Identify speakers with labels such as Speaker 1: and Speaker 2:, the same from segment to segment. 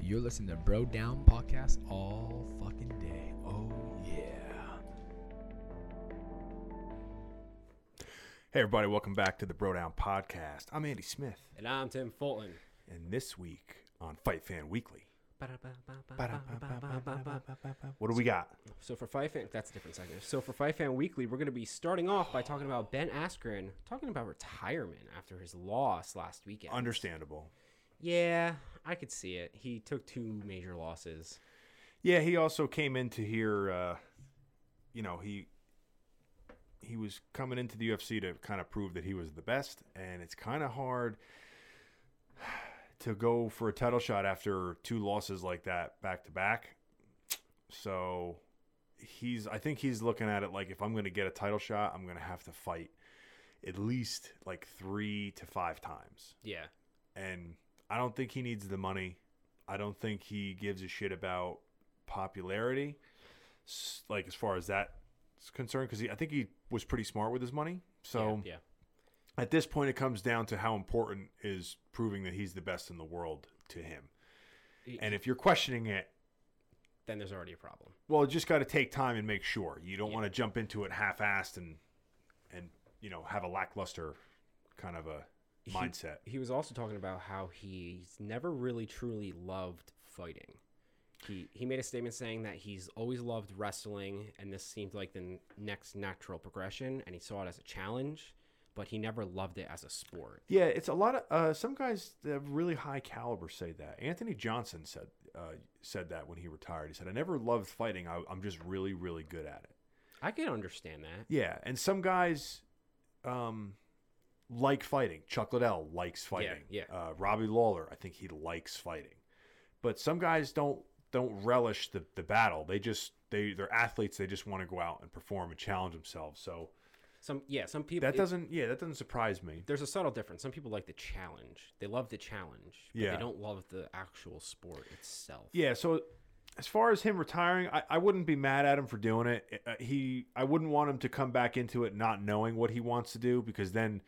Speaker 1: You're listening to Bro Down Podcast all fucking day. Oh, yeah.
Speaker 2: Hey, everybody, welcome back to the Bro Down Podcast. I'm Andy Smith,
Speaker 3: And I'm Tim Fulton.
Speaker 2: and this week on Fight Fan Weekly, what do we got?
Speaker 3: So for Fight Fan, that's a different segment. So for Fight Fan Weekly, we're going to be starting off by talking about Ben Askren talking about retirement after his loss last weekend.
Speaker 2: Understandable.
Speaker 3: yeah, I could see it. He took two major losses.
Speaker 2: Yeah, he also came into here, uh, you know, he he was coming into the UFC to kind of prove that he was the best, and it's kind of hard to go for a title shot after two losses like that back to back. So he's I think he's looking at it like if I'm going to get a title shot, I'm going to have to fight at least like 3 to 5 times
Speaker 3: Yeah,
Speaker 2: and I don't think he needs the money. I don't think he gives a shit about popularity, s- like as far as that's concerned, because I think he was pretty smart with his money. So
Speaker 3: yeah,
Speaker 2: at this point, it comes down to how important is proving that he's the best in the world to him.
Speaker 3: He-
Speaker 2: And if you're questioning it,
Speaker 3: Then there's already a problem.
Speaker 2: well, you just got to take time and make sure. You don't
Speaker 3: Yeah.
Speaker 2: want to jump into it half-assed and and you know have a lackluster kind of a
Speaker 3: He-
Speaker 2: mindset.
Speaker 3: He was also talking about how he's never really truly loved fighting. He he made a statement saying that he's always loved wrestling, and this seemed like the n- next natural progression, and he saw it as a challenge, but he never loved it as a sport.
Speaker 2: Yeah, it's a lot of uh, some guys that have really high caliber say that. Anthony Johnson said uh, said that when he retired. He said, "I never loved fighting. I, I'm just really, really good at it."
Speaker 3: I can understand that.
Speaker 2: Yeah, and some guys um, like fighting. Chuck Liddell likes fighting.
Speaker 3: yeah.
Speaker 2: Uh, Robbie Lawler, I think he likes fighting, but some guys don't don't relish the, the battle. They just they they're athletes. They just want to go out and perform and challenge themselves. So
Speaker 3: Some yeah, some people
Speaker 2: that
Speaker 3: it-
Speaker 2: doesn't yeah that doesn't surprise me.
Speaker 3: there's a subtle difference. Some people like the challenge. They love the challenge, but
Speaker 2: Yeah.
Speaker 3: they don't love the actual sport itself.
Speaker 2: Yeah. So as far as him retiring, I, I wouldn't be mad at him for doing it. Uh, He, I wouldn't want him to come back into it not knowing what he wants to do because then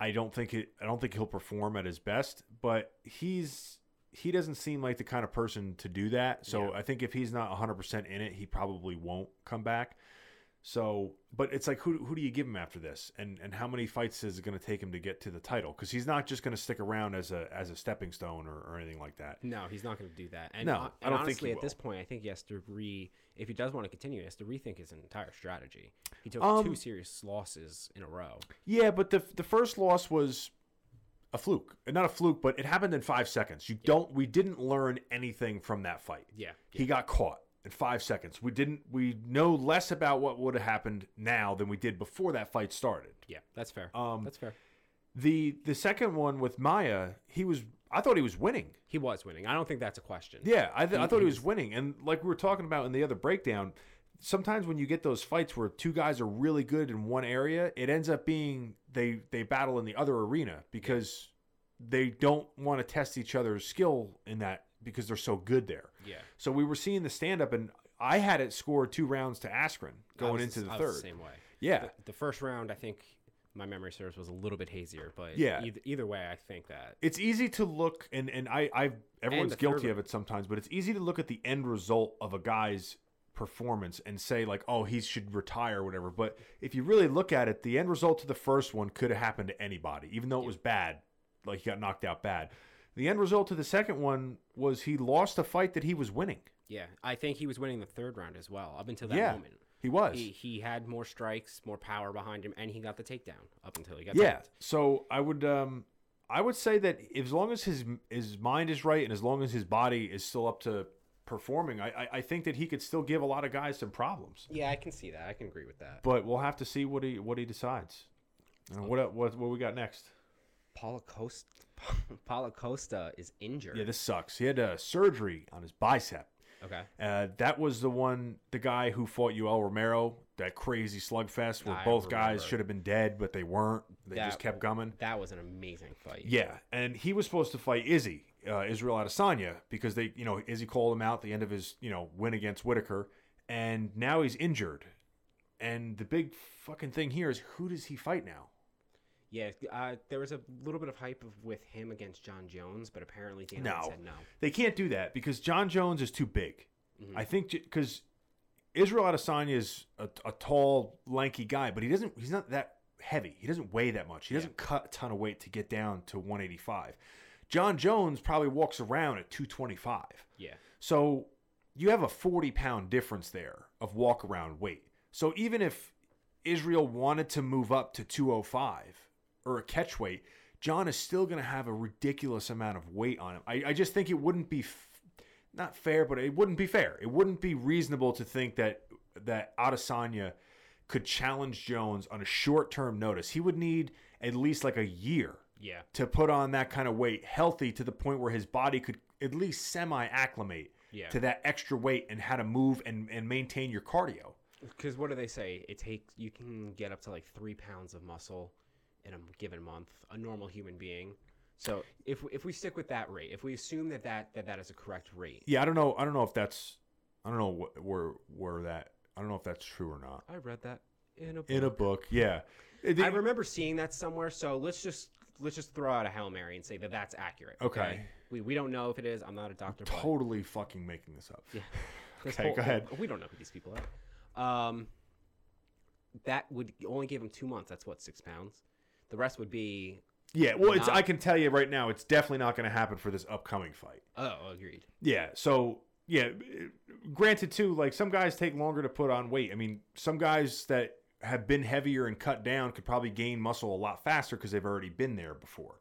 Speaker 2: I don't think it, I don't think he'll perform at his best. But he's he doesn't seem like the kind of person to do that. So
Speaker 3: Yeah.
Speaker 2: I think if he's not 100 percent in it, he probably won't come back. So, but it's like who who do you give him after this, and and how many fights is it going to take him to get to the title? Because he's not just going to stick around as a as a stepping stone or, or anything like that.
Speaker 3: No, he's not going to do that. And,
Speaker 2: No,
Speaker 3: hon-
Speaker 2: I
Speaker 3: and
Speaker 2: don't think
Speaker 3: honestly,
Speaker 2: he
Speaker 3: at this point, I think he has to re. If he does want to continue, he has to rethink his entire strategy. He took
Speaker 2: Um,
Speaker 3: two serious losses in a row.
Speaker 2: Yeah, but the the first loss was a fluke, not a fluke, but it happened in five seconds. You don't. We didn't learn anything from that fight.
Speaker 3: Yeah,
Speaker 2: He got caught in five seconds. We didn't. We know less about what would have happened now than we did before that fight started.
Speaker 3: yeah, that's fair.
Speaker 2: Um,
Speaker 3: that's fair.
Speaker 2: The the second one with Maya, he was. I thought he was winning.
Speaker 3: He was winning. I don't think that's a question.
Speaker 2: Yeah, I, th- I
Speaker 3: He-
Speaker 2: thought he
Speaker 3: he
Speaker 2: was winning. And like we were talking about in the other breakdown, sometimes when you get those fights where two guys are really good in one area, it ends up being they they battle in the other arena because they don't want to test each other's skill in that because they're so good there.
Speaker 3: yeah.
Speaker 2: So we were seeing the stand up and I had it score two rounds to Askren
Speaker 3: I
Speaker 2: going
Speaker 3: was
Speaker 2: into
Speaker 3: s-
Speaker 2: the
Speaker 3: I
Speaker 2: third.
Speaker 3: was same way.
Speaker 2: Yeah.
Speaker 3: The, the first round, I think my memory serves was a little bit hazier, but
Speaker 2: Yeah.
Speaker 3: Either, either way, I think that
Speaker 2: it's easy to look and and I I've everyone's
Speaker 3: the third
Speaker 2: guilty
Speaker 3: one.
Speaker 2: of it sometimes, but it's easy to look at the end result of a guy's performance and say like, oh, he should retire or whatever. But if you really look at it, the end result to the first one could have happened to anybody, even though it was bad, like he got knocked out bad. The end result to the second one was he lost a fight that he was winning.
Speaker 3: yeah, I think he was winning the third round as well up until that
Speaker 2: yeah,
Speaker 3: moment.
Speaker 2: he was.
Speaker 3: He, he had more strikes, more power behind him, and he got the takedown up until he got
Speaker 2: yeah.
Speaker 3: tapped.
Speaker 2: So I would um I would say that as long as his his mind is right and as long as his body is still up to performing, I I, I think that he could still give a lot of guys some problems.
Speaker 3: Yeah, I can see that. I can agree with that.
Speaker 2: But we'll have to see what he what he decides. And what el- what what we got next?
Speaker 3: Paula Costa, Paula Costa is injured.
Speaker 2: Yeah, this sucks. He had a surgery on his bicep.
Speaker 3: okay.
Speaker 2: Uh, that was the one, the guy who fought you, El Romero, that crazy slugfest where
Speaker 3: I
Speaker 2: both guys
Speaker 3: remember.
Speaker 2: should have been dead, but they weren't. They just
Speaker 3: That-
Speaker 2: kept coming.
Speaker 3: That was an amazing fight.
Speaker 2: Yeah, and he was supposed to fight Izzy, uh, Israel Adesanya, because they, you know, Izzy called him out at the end of his, you know, win against Whitaker, and now he's injured. And the big fucking thing here is who does he fight now?
Speaker 3: Yeah, uh, there was a little bit of hype of, with him against John Jones, but apparently Dana White
Speaker 2: No.
Speaker 3: said no.
Speaker 2: They can't do that because John Jones is too big.
Speaker 3: Mhm.
Speaker 2: I think because Israel Adesanya is a, a tall, lanky guy, but he doesn't. He's not that heavy. He doesn't weigh that much. He
Speaker 3: Yeah.
Speaker 2: doesn't cut a ton of weight to get down to 185. John Jones probably walks around at 225.
Speaker 3: Yeah,
Speaker 2: So you have a 40 pound difference there of walk around weight. So even if Israel wanted to move up to 205 or a catch weight, John is still going to have a ridiculous amount of weight on him. I, I just think it wouldn't be f- not fair, but it wouldn't be fair. It wouldn't be reasonable to think that that Adesanya could challenge Jones on a short term notice. He would need at least like a year
Speaker 3: yeah,
Speaker 2: to put on that kind of weight healthy to the point where his body could at least semi acclimate
Speaker 3: Yeah.
Speaker 2: to that extra weight and how to move and, and maintain your cardio.
Speaker 3: because what do they say? It takes you can get up to like three pounds of muscle in a given month. A normal human being. So if if we stick with that rate, if we assume that that that, that is a correct rate,
Speaker 2: Yeah, I don't know. I don't know if that's. I don't know wh- where where that. I don't know if that's true or not.
Speaker 3: I read that in a
Speaker 2: In a book, yeah. It-
Speaker 3: I remember seeing that somewhere. So let's just let's just throw out a hail mary and say that that's accurate.
Speaker 2: Okay.
Speaker 3: We, we don't know if it is. I'm not a doctor. but
Speaker 2: totally fucking making this up.
Speaker 3: Yeah. this
Speaker 2: Okay, go ahead.
Speaker 3: We don't know who these people are. Um, that would only give him two months. That's what six pounds. The rest would be.
Speaker 2: Yeah. Well, it's.
Speaker 3: Not-
Speaker 2: I can tell you right now, it's definitely not going to happen for this upcoming fight.
Speaker 3: Oh, agreed.
Speaker 2: Yeah. So yeah, granted too, like some guys take longer to put on weight. I mean, some guys that have been heavier and cut down could probably gain muscle a lot faster because they've already been there before.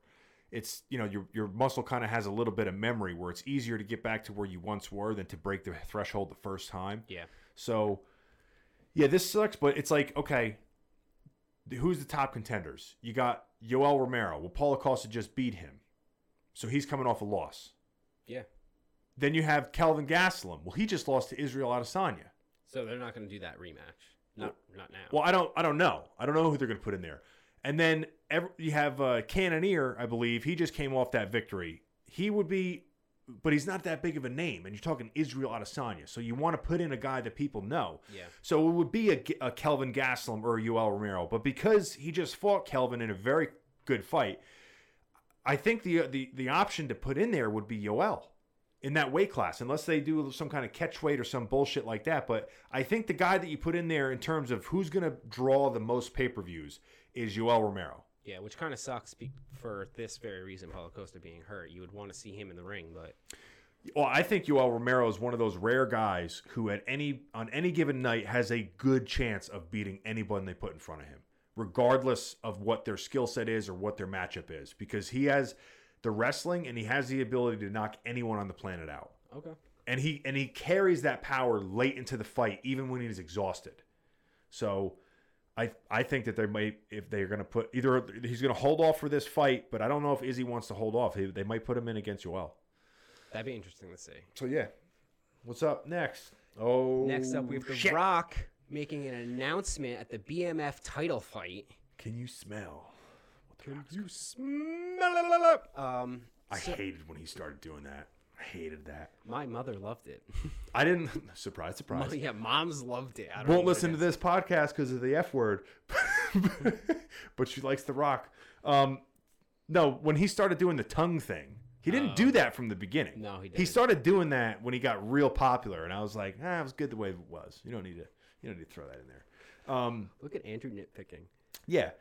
Speaker 2: It's you know your your muscle kind of has a little bit of memory where it's easier to get back to where you once were than to break the threshold the first time.
Speaker 3: Yeah.
Speaker 2: So yeah, this sucks, but it's like okay, who's the top contenders? You got Yoel Romero. Well, Paulo Costa just beat him, so he's coming off a loss.
Speaker 3: Yeah.
Speaker 2: Then you have Kelvin Gastelum. Well, he just lost to Israel Adesanya.
Speaker 3: So they're not going to do that rematch. Not not now.
Speaker 2: Well, I don't, I don't know. I don't know who they're going to put in there. And then ev you have uh, Cannoneer, I believe. He just came off that victory. He would be, but he's not that big of a name. And you're talking Israel Adesanya, so you want to put in a guy that people know.
Speaker 3: Yeah.
Speaker 2: So it would be a, G- a Kelvin Gastelum or a Yoel Romero, but because he just fought Kelvin in a very good fight, I think the the the option to put in there would be Yoel in that weight class, unless they do some kind of catch weight or some bullshit like that. But I think the guy that you put in there in terms of who's going to draw the most pay per views is Yoel Romero.
Speaker 3: Yeah, which kind of sucks be- for this very reason, Paulo Costa being hurt. You would want to see him in the ring, but
Speaker 2: Well, I think Yoel Romero is one of those rare guys who, at any on any given night, has a good chance of beating anyone they put in front of him, regardless of what their skill set is or what their matchup is, because he has the wrestling and he has the ability to knock anyone on the planet out,
Speaker 3: okay.
Speaker 2: and he and he carries that power late into the fight, even when he's exhausted. So, I I think that they might if they're going to put either he's going to hold off for this fight, but I don't know if Izzy wants to hold off. They- They might put him in against Yoel.
Speaker 3: That'd be interesting to see.
Speaker 2: So yeah, what's up next? Oh,
Speaker 3: Next up, we have The
Speaker 2: shit.
Speaker 3: Rock making an announcement at the BMF title fight.
Speaker 2: Can you smell?
Speaker 3: Can
Speaker 2: you smell?
Speaker 3: Um,
Speaker 2: I
Speaker 3: so-
Speaker 2: hated when he started doing that. I hated that.
Speaker 3: my mother loved it.
Speaker 2: I didn't. Surprise, surprise.
Speaker 3: Mom- Oh, yeah, moms loved it. I don't know
Speaker 2: Won't
Speaker 3: what it
Speaker 2: listen to
Speaker 3: is.
Speaker 2: this podcast because of the F word, but she likes The Rock. Um, no, when he started doing the tongue thing, he didn't do that from the beginning.
Speaker 3: Oh. No, he
Speaker 2: He
Speaker 3: didn't.
Speaker 2: started doing that when he got real popular, and I was like, ah, it was good the way it was. You don't need to. You don't need to throw that in there. Um,
Speaker 3: Look at Andrew nitpicking.
Speaker 2: Yeah.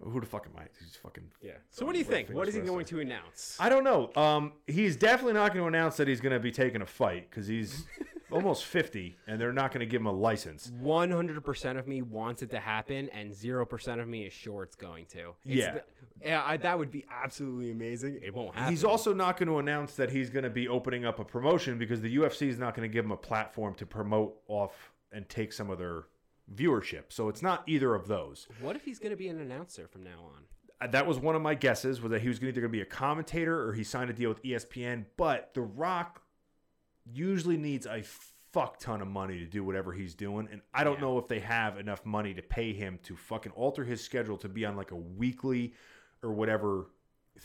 Speaker 2: Who the fuck am I? He's fucking.
Speaker 3: Yeah. So what do you think? What is he
Speaker 2: fingers
Speaker 3: going to announce?
Speaker 2: I don't know. Um, he's definitely not going to announce that he's going to be taking a fight because he's almost fifty, and they're not going to give him a license.
Speaker 3: One hundred percent of me wants it to happen, and zero percent of me is sure it's going to. It's
Speaker 2: Yeah.
Speaker 3: the- yeah, I, that would be absolutely amazing. It won't happen.
Speaker 2: He's also not going to announce that he's going to be opening up a promotion because the UFC is not going to give him a platform to promote off and take some of their viewership. So it's not either of those.
Speaker 3: what if he's going to be an announcer from now on?
Speaker 2: Uh, That was one of my guesses was that he was gonna- either going to be a commentator or he signed a deal with E ESPN. But The Rock usually needs a fuck ton of money to do whatever he's doing. And I don't
Speaker 3: Yeah.
Speaker 2: know if they have enough money to pay him to fucking alter his schedule to be on like a weekly or whatever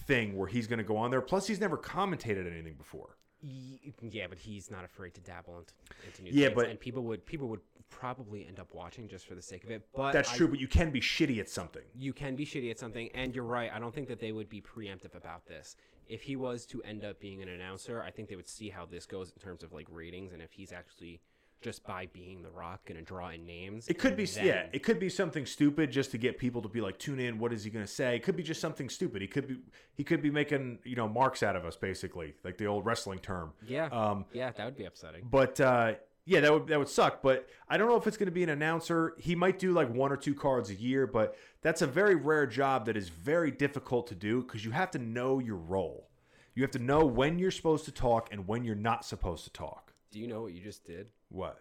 Speaker 2: thing where he's going to go on there. Plus, he's never commentated anything before.
Speaker 3: Ye- Yeah, but he's not afraid to dabble into, into new
Speaker 2: Yeah,
Speaker 3: things,
Speaker 2: but-
Speaker 3: and people would people would probably end up watching just for the sake of it. But
Speaker 2: That's
Speaker 3: I-
Speaker 2: true, but you can be shitty at something.
Speaker 3: you can be shitty at something and you're right i don't think that they would be preemptive about this if he was to end up being an announcer i think they would see how this goes in terms of like ratings and if he's actually just by being the rock gonna draw in names
Speaker 2: It could be
Speaker 3: then-
Speaker 2: yeah, it could be something stupid just to get people to be like tune in, what is he going to say? It could be just something stupid. He could be he could be making, you know, marks out of us basically, like the old wrestling term.
Speaker 3: yeah
Speaker 2: Um
Speaker 3: yeah that would be upsetting
Speaker 2: But uh, yeah, that would that would suck. But I don't know if it's going to be an announcer. He might do like one or two cards a year, but that's a very rare job that is very difficult to do because you have to know your role. You have to know when you're supposed to talk and when you're not supposed to talk.
Speaker 3: do you know what you just did
Speaker 2: What?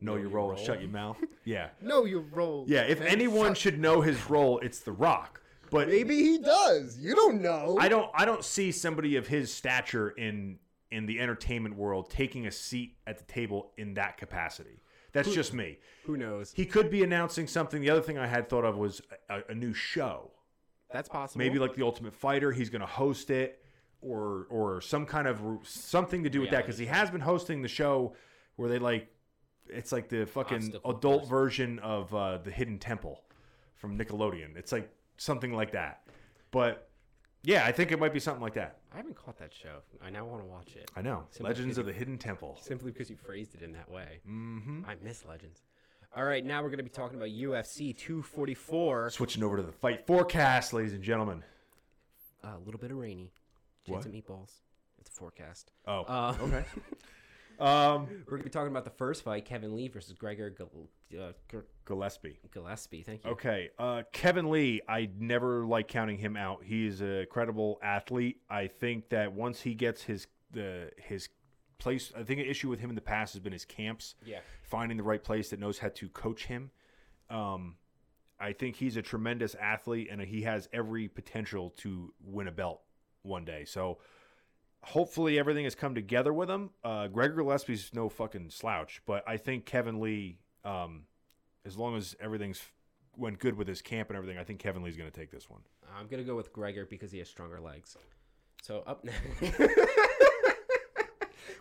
Speaker 2: Know, your, role, and shut your mouth. Yeah,
Speaker 4: No, you roll.
Speaker 2: yeah. If anyone should know his role, it's The Rock. But
Speaker 4: Maybe he does. You don't know.
Speaker 2: I don't I don't see somebody of his stature in in the entertainment world taking a seat at the table in that capacity. That's just me.
Speaker 3: who knows
Speaker 2: He could be announcing something. The other thing I had thought of was a, a new show,
Speaker 3: that's possible
Speaker 2: maybe like the Ultimate Fighter. He's going to host it, or or some kind of r- something to do with that because he has been hosting the show where they like it's like the fucking
Speaker 3: Obstacle
Speaker 2: adult
Speaker 3: course.
Speaker 2: version of uh, the Hidden Temple from Nickelodeon. It's like something like that, but yeah, I think it might be something like that.
Speaker 3: i haven't caught that show i now want to watch it
Speaker 2: I know
Speaker 3: Simply
Speaker 2: Legends
Speaker 3: Hidden-
Speaker 2: of the Hidden Temple.
Speaker 3: simply because you phrased it in that way mm-hmm. i miss legends all right now we're gonna be talking about ufc 244
Speaker 2: Switching over to the fight forecast, ladies and gentlemen.
Speaker 3: a little bit of rainy. Chance
Speaker 2: What?
Speaker 3: of meatballs. It's a forecast.
Speaker 2: Oh,
Speaker 3: Uh,
Speaker 2: okay. Um,
Speaker 3: We're gonna be talking about the first fight: Kevin Lee versus Gregor Gal- uh, Gr-
Speaker 2: Gillespie.
Speaker 3: Gillespie. Thank you.
Speaker 2: Okay, uh, Kevin Lee. I never like counting him out. He is a credible athlete. I think that once he gets his the his place, I think an issue with him in the past has been his camps.
Speaker 3: Yeah.
Speaker 2: finding the right place that knows how to coach him. Um, I think he's a tremendous athlete, and he has every potential to win a belt one day. So. Hopefully everything has come together with him. Uh, Gregor Gillespie's no fucking slouch, but I think Kevin Lee, um, as long as everything's went good with his camp and everything, I think Kevin Lee's going to take this one.
Speaker 3: I'm gonna go with Gregor because he has stronger legs. So up next,
Speaker 2: What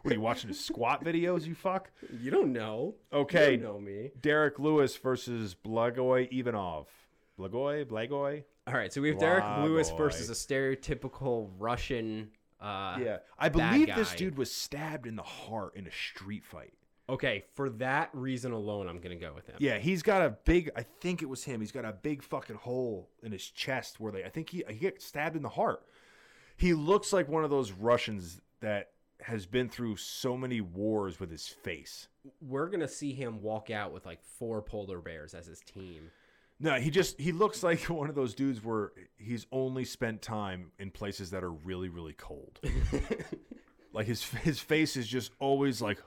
Speaker 2: are you watching his squat videos? You fuck.
Speaker 3: you don't know.
Speaker 2: Okay.
Speaker 3: you don't know me.
Speaker 2: Derek Lewis versus Blagoy Ivanov. Blagoy, Blagoy.
Speaker 3: All right, so we have Derek
Speaker 2: Blah,
Speaker 3: Lewis
Speaker 2: boy.
Speaker 3: versus a stereotypical Russian. Uh,
Speaker 2: I
Speaker 3: bad
Speaker 2: believe this
Speaker 3: guy.
Speaker 2: dude was stabbed in the heart in a street fight.
Speaker 3: Okay, for that reason alone, I'm gonna go with him.
Speaker 2: Yeah, he's got a big. I think it was him. He's got a big fucking hole in his chest where they. I think he he got stabbed in the heart. He looks like one of those Russians that has been through so many wars with his face.
Speaker 3: We're gonna see him walk out with like four polar bears as his team.
Speaker 2: No, he just he looks like one of those dudes where he's only spent time in places that are really really cold. like his his face is just always like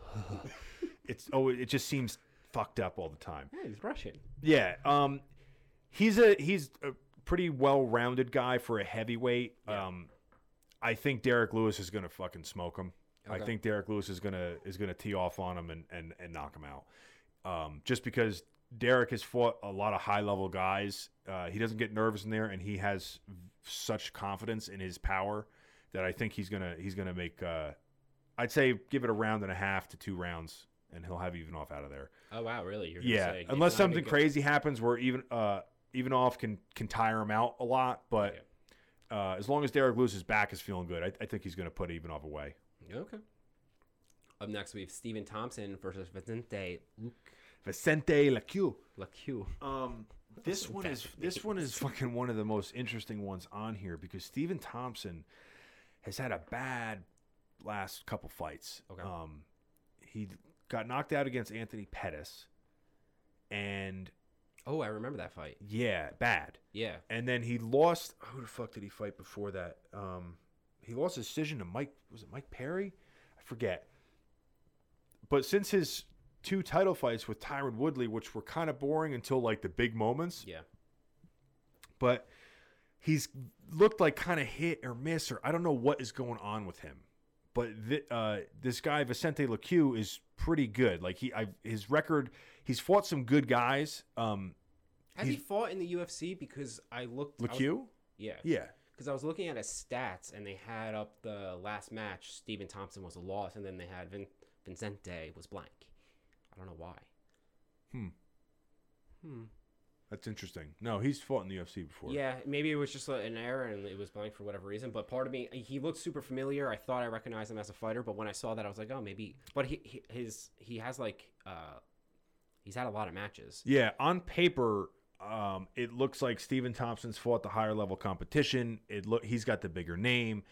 Speaker 2: it's oh it just seems fucked up all the time.
Speaker 3: Yeah, he's Russian.
Speaker 2: Yeah, um he's a he's a pretty well-rounded guy for a heavyweight. Um I think Derek Lewis is going to fucking smoke him. I
Speaker 3: Okay.
Speaker 2: think Derek Lewis is going to is going to tee off on him and and and knock him out um, just because Derek has fought a lot of high level guys. Uh, he doesn't get nervous in there, and he has such confidence in his power that I think he's gonna he's gonna make. Uh, I'd say give it a round and a half to two rounds, and he'll have Ivanov out of there.
Speaker 3: Oh wow, really? You're gonna
Speaker 2: Yeah,
Speaker 3: say it's
Speaker 2: unless
Speaker 3: not gonna
Speaker 2: something
Speaker 3: go-
Speaker 2: crazy happens where even uh, Ivanov can can tire him out a lot, but. Uh, as long as Derek Lewis's back is feeling good, I, I think he's going to put Ivanov away.
Speaker 3: Okay. Up next, we have Steven Thompson versus Vicente Luke
Speaker 2: Vicente Lacue.
Speaker 3: Lacue.
Speaker 2: Um, this one is this one is fucking one of the most interesting ones on here because Steven Thompson has had a bad last couple fights.
Speaker 3: Okay.
Speaker 2: Um, he got knocked out against Anthony Pettis, and
Speaker 3: Oh, I remember that fight.
Speaker 2: yeah, bad.
Speaker 3: Yeah.
Speaker 2: And then he lost. Who the fuck did he fight before that? Um, he lost his decision to Mike. Was it Mike Perry? I forget. But since his two title fights with Tyron Woodley, which were kind of boring until like the big moments,
Speaker 3: Yeah.
Speaker 2: but he's looked like kind of hit or miss or I don't know what is going on with him. But thi- uh, this guy Vicente Lacue is pretty good. Like he, I, his record, he's fought some good guys. Um,
Speaker 3: Has he
Speaker 2: He's-
Speaker 3: fought in the UFC? Because I looked. I was-
Speaker 2: Lacue,
Speaker 3: yeah.
Speaker 2: yeah,
Speaker 3: Because I was looking at his stats, and they had up the last match. Steven Thompson was a loss, and then they had Vin- Vincente was blank. I don't know why.
Speaker 2: Hmm.
Speaker 3: Hmm.
Speaker 2: That's interesting. No, he's fought in the UFC before.
Speaker 3: Yeah, maybe it was just like, an error and it was blank for whatever reason. But part of me, he looked super familiar. I thought I recognized him as a fighter, but when I saw that, I was like, oh, maybe. But he, he his he has like uh, he's had a lot of matches.
Speaker 2: Yeah, on paper, um, it looks like Steven Thompson's fought the higher level competition. It look he's got the bigger name.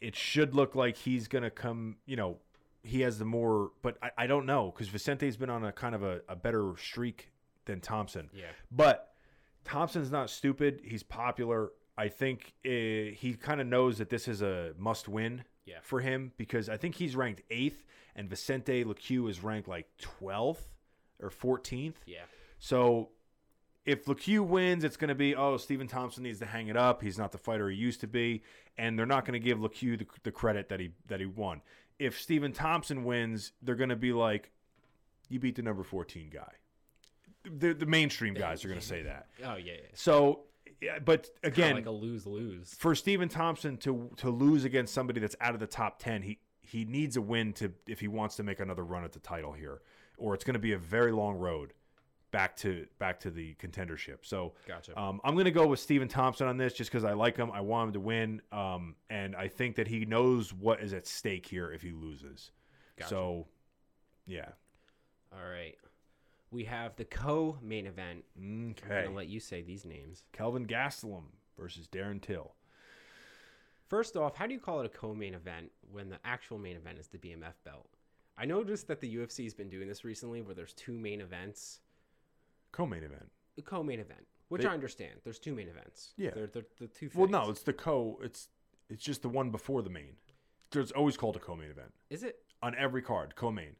Speaker 2: It should look like he's gonna come. You know, he has the more, but I, I don't know because Vicente's been on a kind of a, a better streak than Thompson.
Speaker 3: Yeah.
Speaker 2: But Thompson's not stupid. He's popular. I think uh he kind of knows that this is a must win
Speaker 3: Yeah.
Speaker 2: for him because I think he's ranked eighth and Vicente LaCue is ranked like 12th or 14th.
Speaker 3: Yeah.
Speaker 2: So if LeCue wins, it's going to be, oh, Steven Thompson needs to hang it up. He's not the fighter he used to be. And they're not going to give LeCue the, the credit that he, that he won. If Steven Thompson wins, they're going to be like, you beat the number 14 guy. The, the mainstream guys are going to say that.
Speaker 3: Oh yeah. yeah.
Speaker 2: So, yeah, but again,
Speaker 3: Again, like a lose lose.
Speaker 2: for Steven Thompson to to lose against somebody that's out of the top ten, he he needs a win to if he wants to make another run at the title here, or it's going to be a very long road back to back to the contendership. So
Speaker 3: Gotcha.
Speaker 2: um, I'm going to go with Steven Thompson on this just because I like him. I want him to win, um, and I think that he knows what is at stake here if he loses.
Speaker 3: Gotcha.
Speaker 2: So, yeah.
Speaker 3: All right. We have the co-main event. I'm
Speaker 2: Okay.
Speaker 3: gonna let you say these names.
Speaker 2: Kelvin Gastelum versus Darren Till.
Speaker 3: First off, how do you call it a co-main event when the actual main event is the BMF belt? I noticed that the UFC has been doing this recently, where there's two main events.
Speaker 2: Co-main event.
Speaker 3: A co-main event, which
Speaker 2: They-
Speaker 3: I understand. There's two main events.
Speaker 2: Yeah.
Speaker 3: They're, they're the two.
Speaker 2: Well,
Speaker 3: things.
Speaker 2: no, it's the co. It's it's just the one before the main. So It's always called a co-main event
Speaker 3: is it
Speaker 2: on every card. Co-main.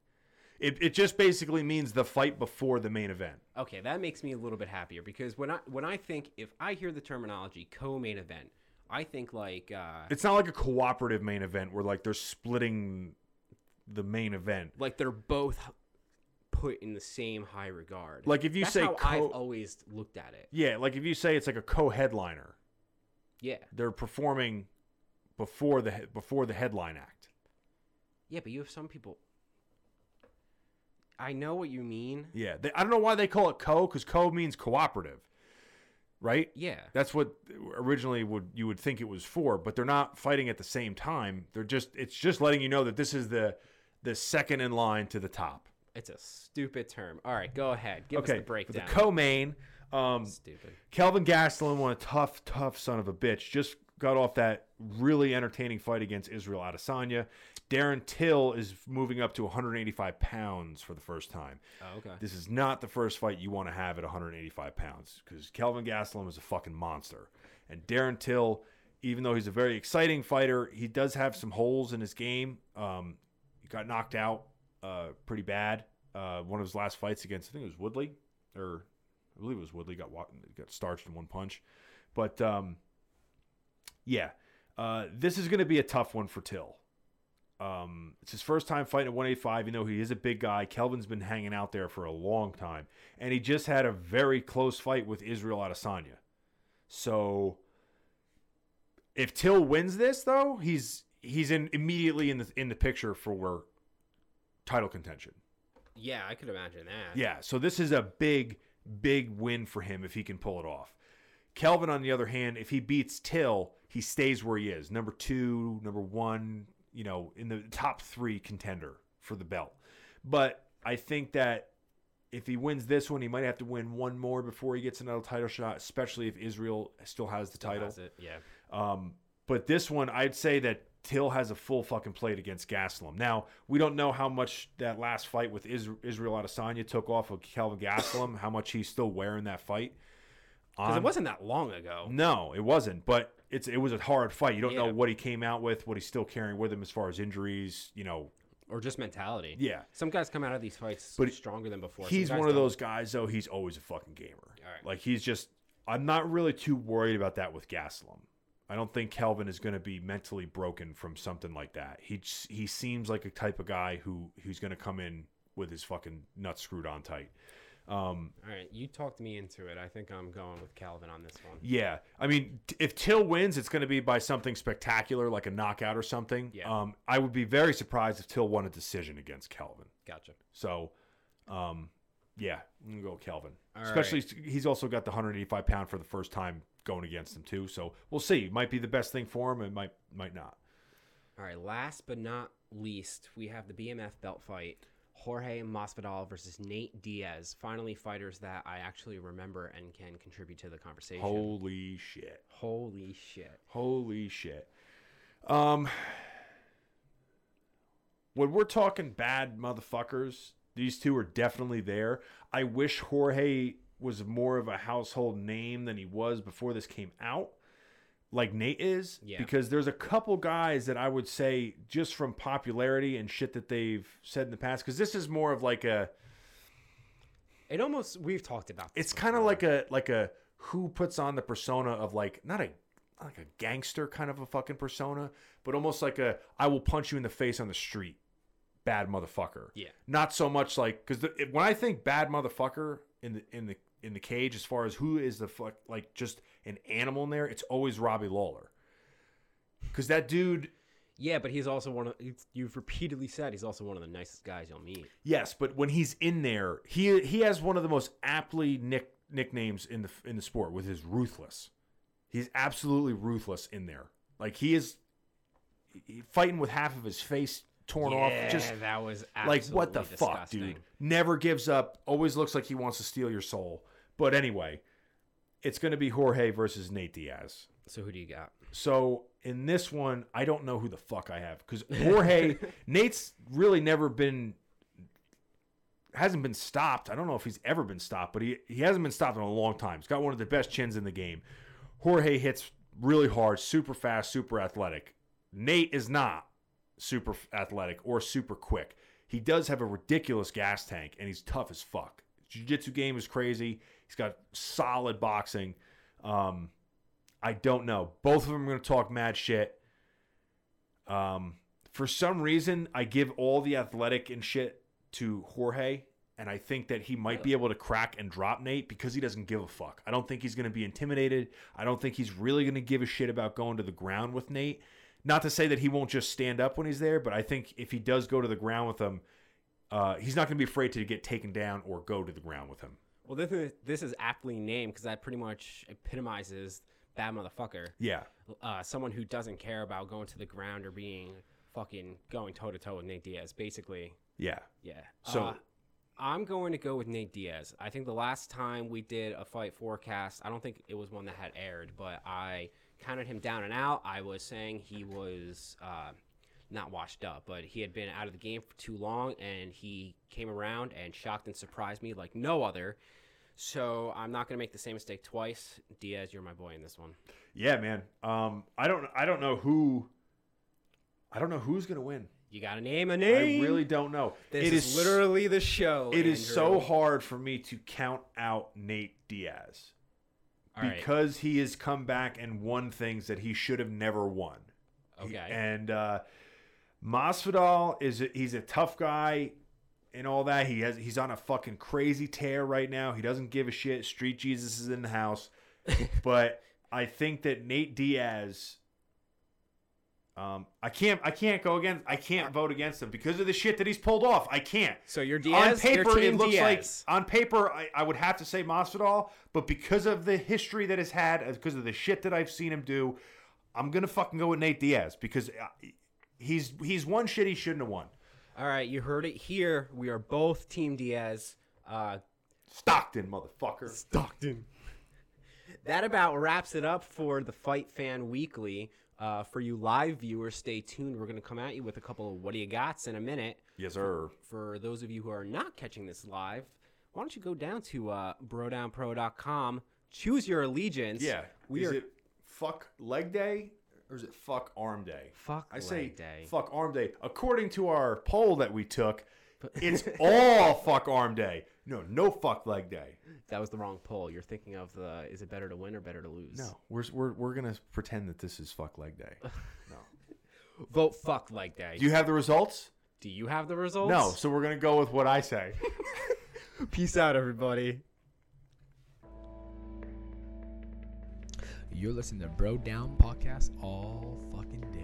Speaker 2: It it just basically means the fight before the main event.
Speaker 3: okay? That makes me a little bit happier because when I when I think if I hear the terminology co-main event, I think like uh,
Speaker 2: It's not like a cooperative main event where like they're splitting the main event.
Speaker 3: like they're both put in the same high regard.
Speaker 2: Like if you
Speaker 3: That's
Speaker 2: say
Speaker 3: how I've
Speaker 2: co-
Speaker 3: always looked at it.
Speaker 2: Yeah, like if you say it's like a co-headliner,
Speaker 3: Yeah,
Speaker 2: they're performing before the he- before the headline act.
Speaker 3: yeah, but you have some people. I know what you mean.
Speaker 2: Yeah, they, I don't know why they call it co because co means cooperative, right?
Speaker 3: Yeah,
Speaker 2: That's what originally would you would think it was for, but they're not fighting at the same time. They're just it's just letting you know that this is the the second in line to the top.
Speaker 3: it's a stupid term. All right, go ahead. Give us
Speaker 2: Okay,
Speaker 3: the breakdown.
Speaker 2: The co-main, um,
Speaker 3: stupid.
Speaker 2: Kelvin Gastelum, one a tough, tough son of a bitch, just got off that really entertaining fight against Israel Adesanya. Darren Till is moving up to 185 pounds for the first time.
Speaker 3: Oh, okay.
Speaker 2: This is not the first fight you want to have at 185 pounds because Kelvin Gastelum is a fucking monster. And Darren Till, even though he's a very exciting fighter, he does have some holes in his game. Um, he got knocked out uh, pretty bad. Uh, one of his last fights against, I think it was Woodley, or I believe it was Woodley, got wa- got starched in one punch. But um, yeah, uh, this is going to be a tough one for Till. Um, it's his first time fighting at 185. You know, he is a big guy. Kelvin's been hanging out there for a long time. And he just had a very close fight with Israel Adesanya. So if Till wins this, though, he's he's in immediately in the in the picture for title contention.
Speaker 3: Yeah, I could imagine that.
Speaker 2: Yeah, so this is a big, big win for him if he can pull it off. Kelvin, on the other hand, if he beats Till, he stays where he is number two, number one, you know, in the top three contender for the belt. But I think that if he wins this one, he might have to win one more before he gets another title shot, especially if Israel still has the title.
Speaker 3: That's it. Yeah.
Speaker 2: Um, but this one, I'd say that Till has a full fucking plate against Gaslam. Now we don't know how much that last fight with Is- Israel Adesanya took off of Kelvin Gaslam, how much he's still wearing that fight.
Speaker 3: Because
Speaker 2: Um,
Speaker 3: it wasn't that long ago.
Speaker 2: no, it wasn't. But it's it was a hard fight. You don't know
Speaker 3: Yeah.
Speaker 2: what he came out with, what he's still carrying with him as far as injuries. You know,
Speaker 3: Or just mentality.
Speaker 2: yeah.
Speaker 3: Some guys come out of these fights
Speaker 2: But
Speaker 3: stronger than before. Some
Speaker 2: he's
Speaker 3: guys
Speaker 2: one of
Speaker 3: don't.
Speaker 2: those guys though. He's always a fucking gamer.
Speaker 3: Alright.
Speaker 2: Like he's just. I'm not really too worried about that with Gaslam. I don't think Kelvin is going to be mentally broken from something like that. He j- he seems like a type of guy who who's going to come in with his fucking nuts screwed on tight. Um,
Speaker 3: All right, you talked me into it. I think I'm going with Calvin on this one.
Speaker 2: yeah, I mean, t- if Till wins, it's going to be by something spectacular, like a knockout or something.
Speaker 3: Yeah.
Speaker 2: Um, I would be very surprised if Till won a decision against Kelvin.
Speaker 3: Gotcha.
Speaker 2: So, um, Yeah, I'm gonna go with Kelvin.
Speaker 3: All
Speaker 2: Especially he's also got the 185 pound for the first time going against him too. So we'll see. Might be the best thing for him. It might might not.
Speaker 3: All right, last but not least, we have the BMF belt fight. Jorge Masvidal versus Nate Diaz. Finally, fighters that I actually remember and can contribute to the conversation.
Speaker 2: Holy shit!
Speaker 3: Holy shit.
Speaker 2: Holy shit! Um, when we're talking bad motherfuckers, these two are definitely there. I wish Jorge was more of a household name than he was before this came out, like Nate is,
Speaker 3: Yeah.
Speaker 2: because there's a couple guys that I would say just from popularity and shit that they've said in the past. Because this is more of like a,
Speaker 3: It almost, we've talked about this.
Speaker 2: it's kind of like a like a who puts on the persona of like not a like a gangster kind of a fucking persona, but almost like a I will punch you in the face on the street, bad motherfucker.
Speaker 3: Yeah.
Speaker 2: Not so much like because when I think bad motherfucker in the in the in the cage, as far as who is the fuck like just an animal in there, it's always Robbie Lawler. Because that dude
Speaker 3: Yeah, but he's also one of, you've repeatedly said he's also one of the nicest guys you'll meet.
Speaker 2: Yes, but when he's in there, he he has one of the most aptly nick, nicknames in the in the sport with his ruthless. He's absolutely ruthless in there. Like he is he- fighting with half of his face torn off. Just
Speaker 3: that was
Speaker 2: like what the
Speaker 3: absolutely
Speaker 2: fuck, dude?
Speaker 3: disgusting.
Speaker 2: Never gives up. Always looks like he wants to steal your soul. But anyway, it's going to be Jorge versus Nate Diaz.
Speaker 3: So who do you got?
Speaker 2: So in this one, I don't know who the fuck I have because Jorge Nate's really never been hasn't been stopped. I don't know if he's ever been stopped, but he he hasn't been stopped in a long time. He's got one of the best chins in the game. Jorge hits really hard, super fast, super athletic. Nate is not super athletic or super quick. He does have a ridiculous gas tank and he's tough as fuck. Jiu-jitsu game is crazy. He's got solid boxing. Um, I don't know. Both of them are going to talk mad shit. Um, for some reason, I give all the athletic and shit to Jorge, and I think that he might be able to crack and drop Nate because he doesn't give a fuck. I don't think he's going to be intimidated. I don't think he's really going to give a shit about going to the ground with Nate. Not to say that he won't just stand up when he's there, but I think if he does go to the ground with him, uh, he's not going to be afraid to get taken down or go to the ground with him.
Speaker 3: Well, this is, this is aptly named because that pretty much epitomizes bad motherfucker.
Speaker 2: Yeah.
Speaker 3: uh, someone who doesn't care about going to the ground or being fucking going toe to toe with Nate Diaz, basically.
Speaker 2: Yeah.
Speaker 3: Yeah.
Speaker 2: So-
Speaker 3: Uh, I'm going to go with Nate Diaz. I think the last time we did a fight forecast, I don't think it was one that had aired, but I counted him down and out. I was saying he was uh, not washed up, but he had been out of the game for too long, and he came around and shocked and surprised me like no other. So I'm not going to make the same mistake twice. Diaz, you're my boy in this one.
Speaker 2: Yeah, man. Um, I don't. I don't know who. I don't know who's gonna win.
Speaker 3: You got to name a
Speaker 2: I
Speaker 3: name.
Speaker 2: really don't know.
Speaker 3: This
Speaker 2: it
Speaker 3: is,
Speaker 2: is,
Speaker 3: literally the show.
Speaker 2: It is so hard for me to count out Nate Diaz because he has come back and won things that he should have never won. He-
Speaker 3: Okay.
Speaker 2: and uh, Masvidal is a, he's a tough guy and all that. He has he's on a fucking crazy tear right now. He doesn't give a shit. Street Jesus is in the house, but I think that Nate Diaz. Um, I can't. I can't go against. I can't vote against him because of the shit that he's pulled off. I can't.
Speaker 3: So you're Diaz.
Speaker 2: on paper,
Speaker 3: you're team
Speaker 2: it looks
Speaker 3: Diaz.
Speaker 2: like on paper I, I would have to say Masvidal, but because of the history that has had, uh, because of the shit that I've seen him do, I'm gonna fucking go with Nate Diaz because uh, he's he's won shit he shouldn't have won.
Speaker 3: All right, you heard it here. We are both Team Diaz. Uh,
Speaker 2: Stockton, motherfucker.
Speaker 3: Stockton. That about wraps it up for the Fight Fan Weekly. Uh, for you live viewers, stay tuned. We're going to come at you with a couple of what do you gots in a minute.
Speaker 2: Yes, sir.
Speaker 3: for those of you who are not catching this live, why don't you go down to uh, brodownpro.com, choose your allegiance.
Speaker 2: Yeah.
Speaker 3: we
Speaker 2: is
Speaker 3: are.
Speaker 2: it fuck leg day or is it fuck arm day?
Speaker 3: Fuck
Speaker 2: I say
Speaker 3: leg day.
Speaker 2: fuck arm day. According to our poll that we took, it's all fuck arm day. No, no fuck leg day.
Speaker 3: That was the wrong poll. You're thinking of the is it better to win or better to lose?
Speaker 2: No, we're we're we're gonna pretend that this is fuck leg day. No.
Speaker 3: Vote fuck like that.
Speaker 2: Do you have the results?
Speaker 3: Do you have the results?
Speaker 2: No. So we're gonna go with what I say.
Speaker 3: Peace out, everybody.
Speaker 1: You're listening to Bro Down Podcast all fucking day. Oh,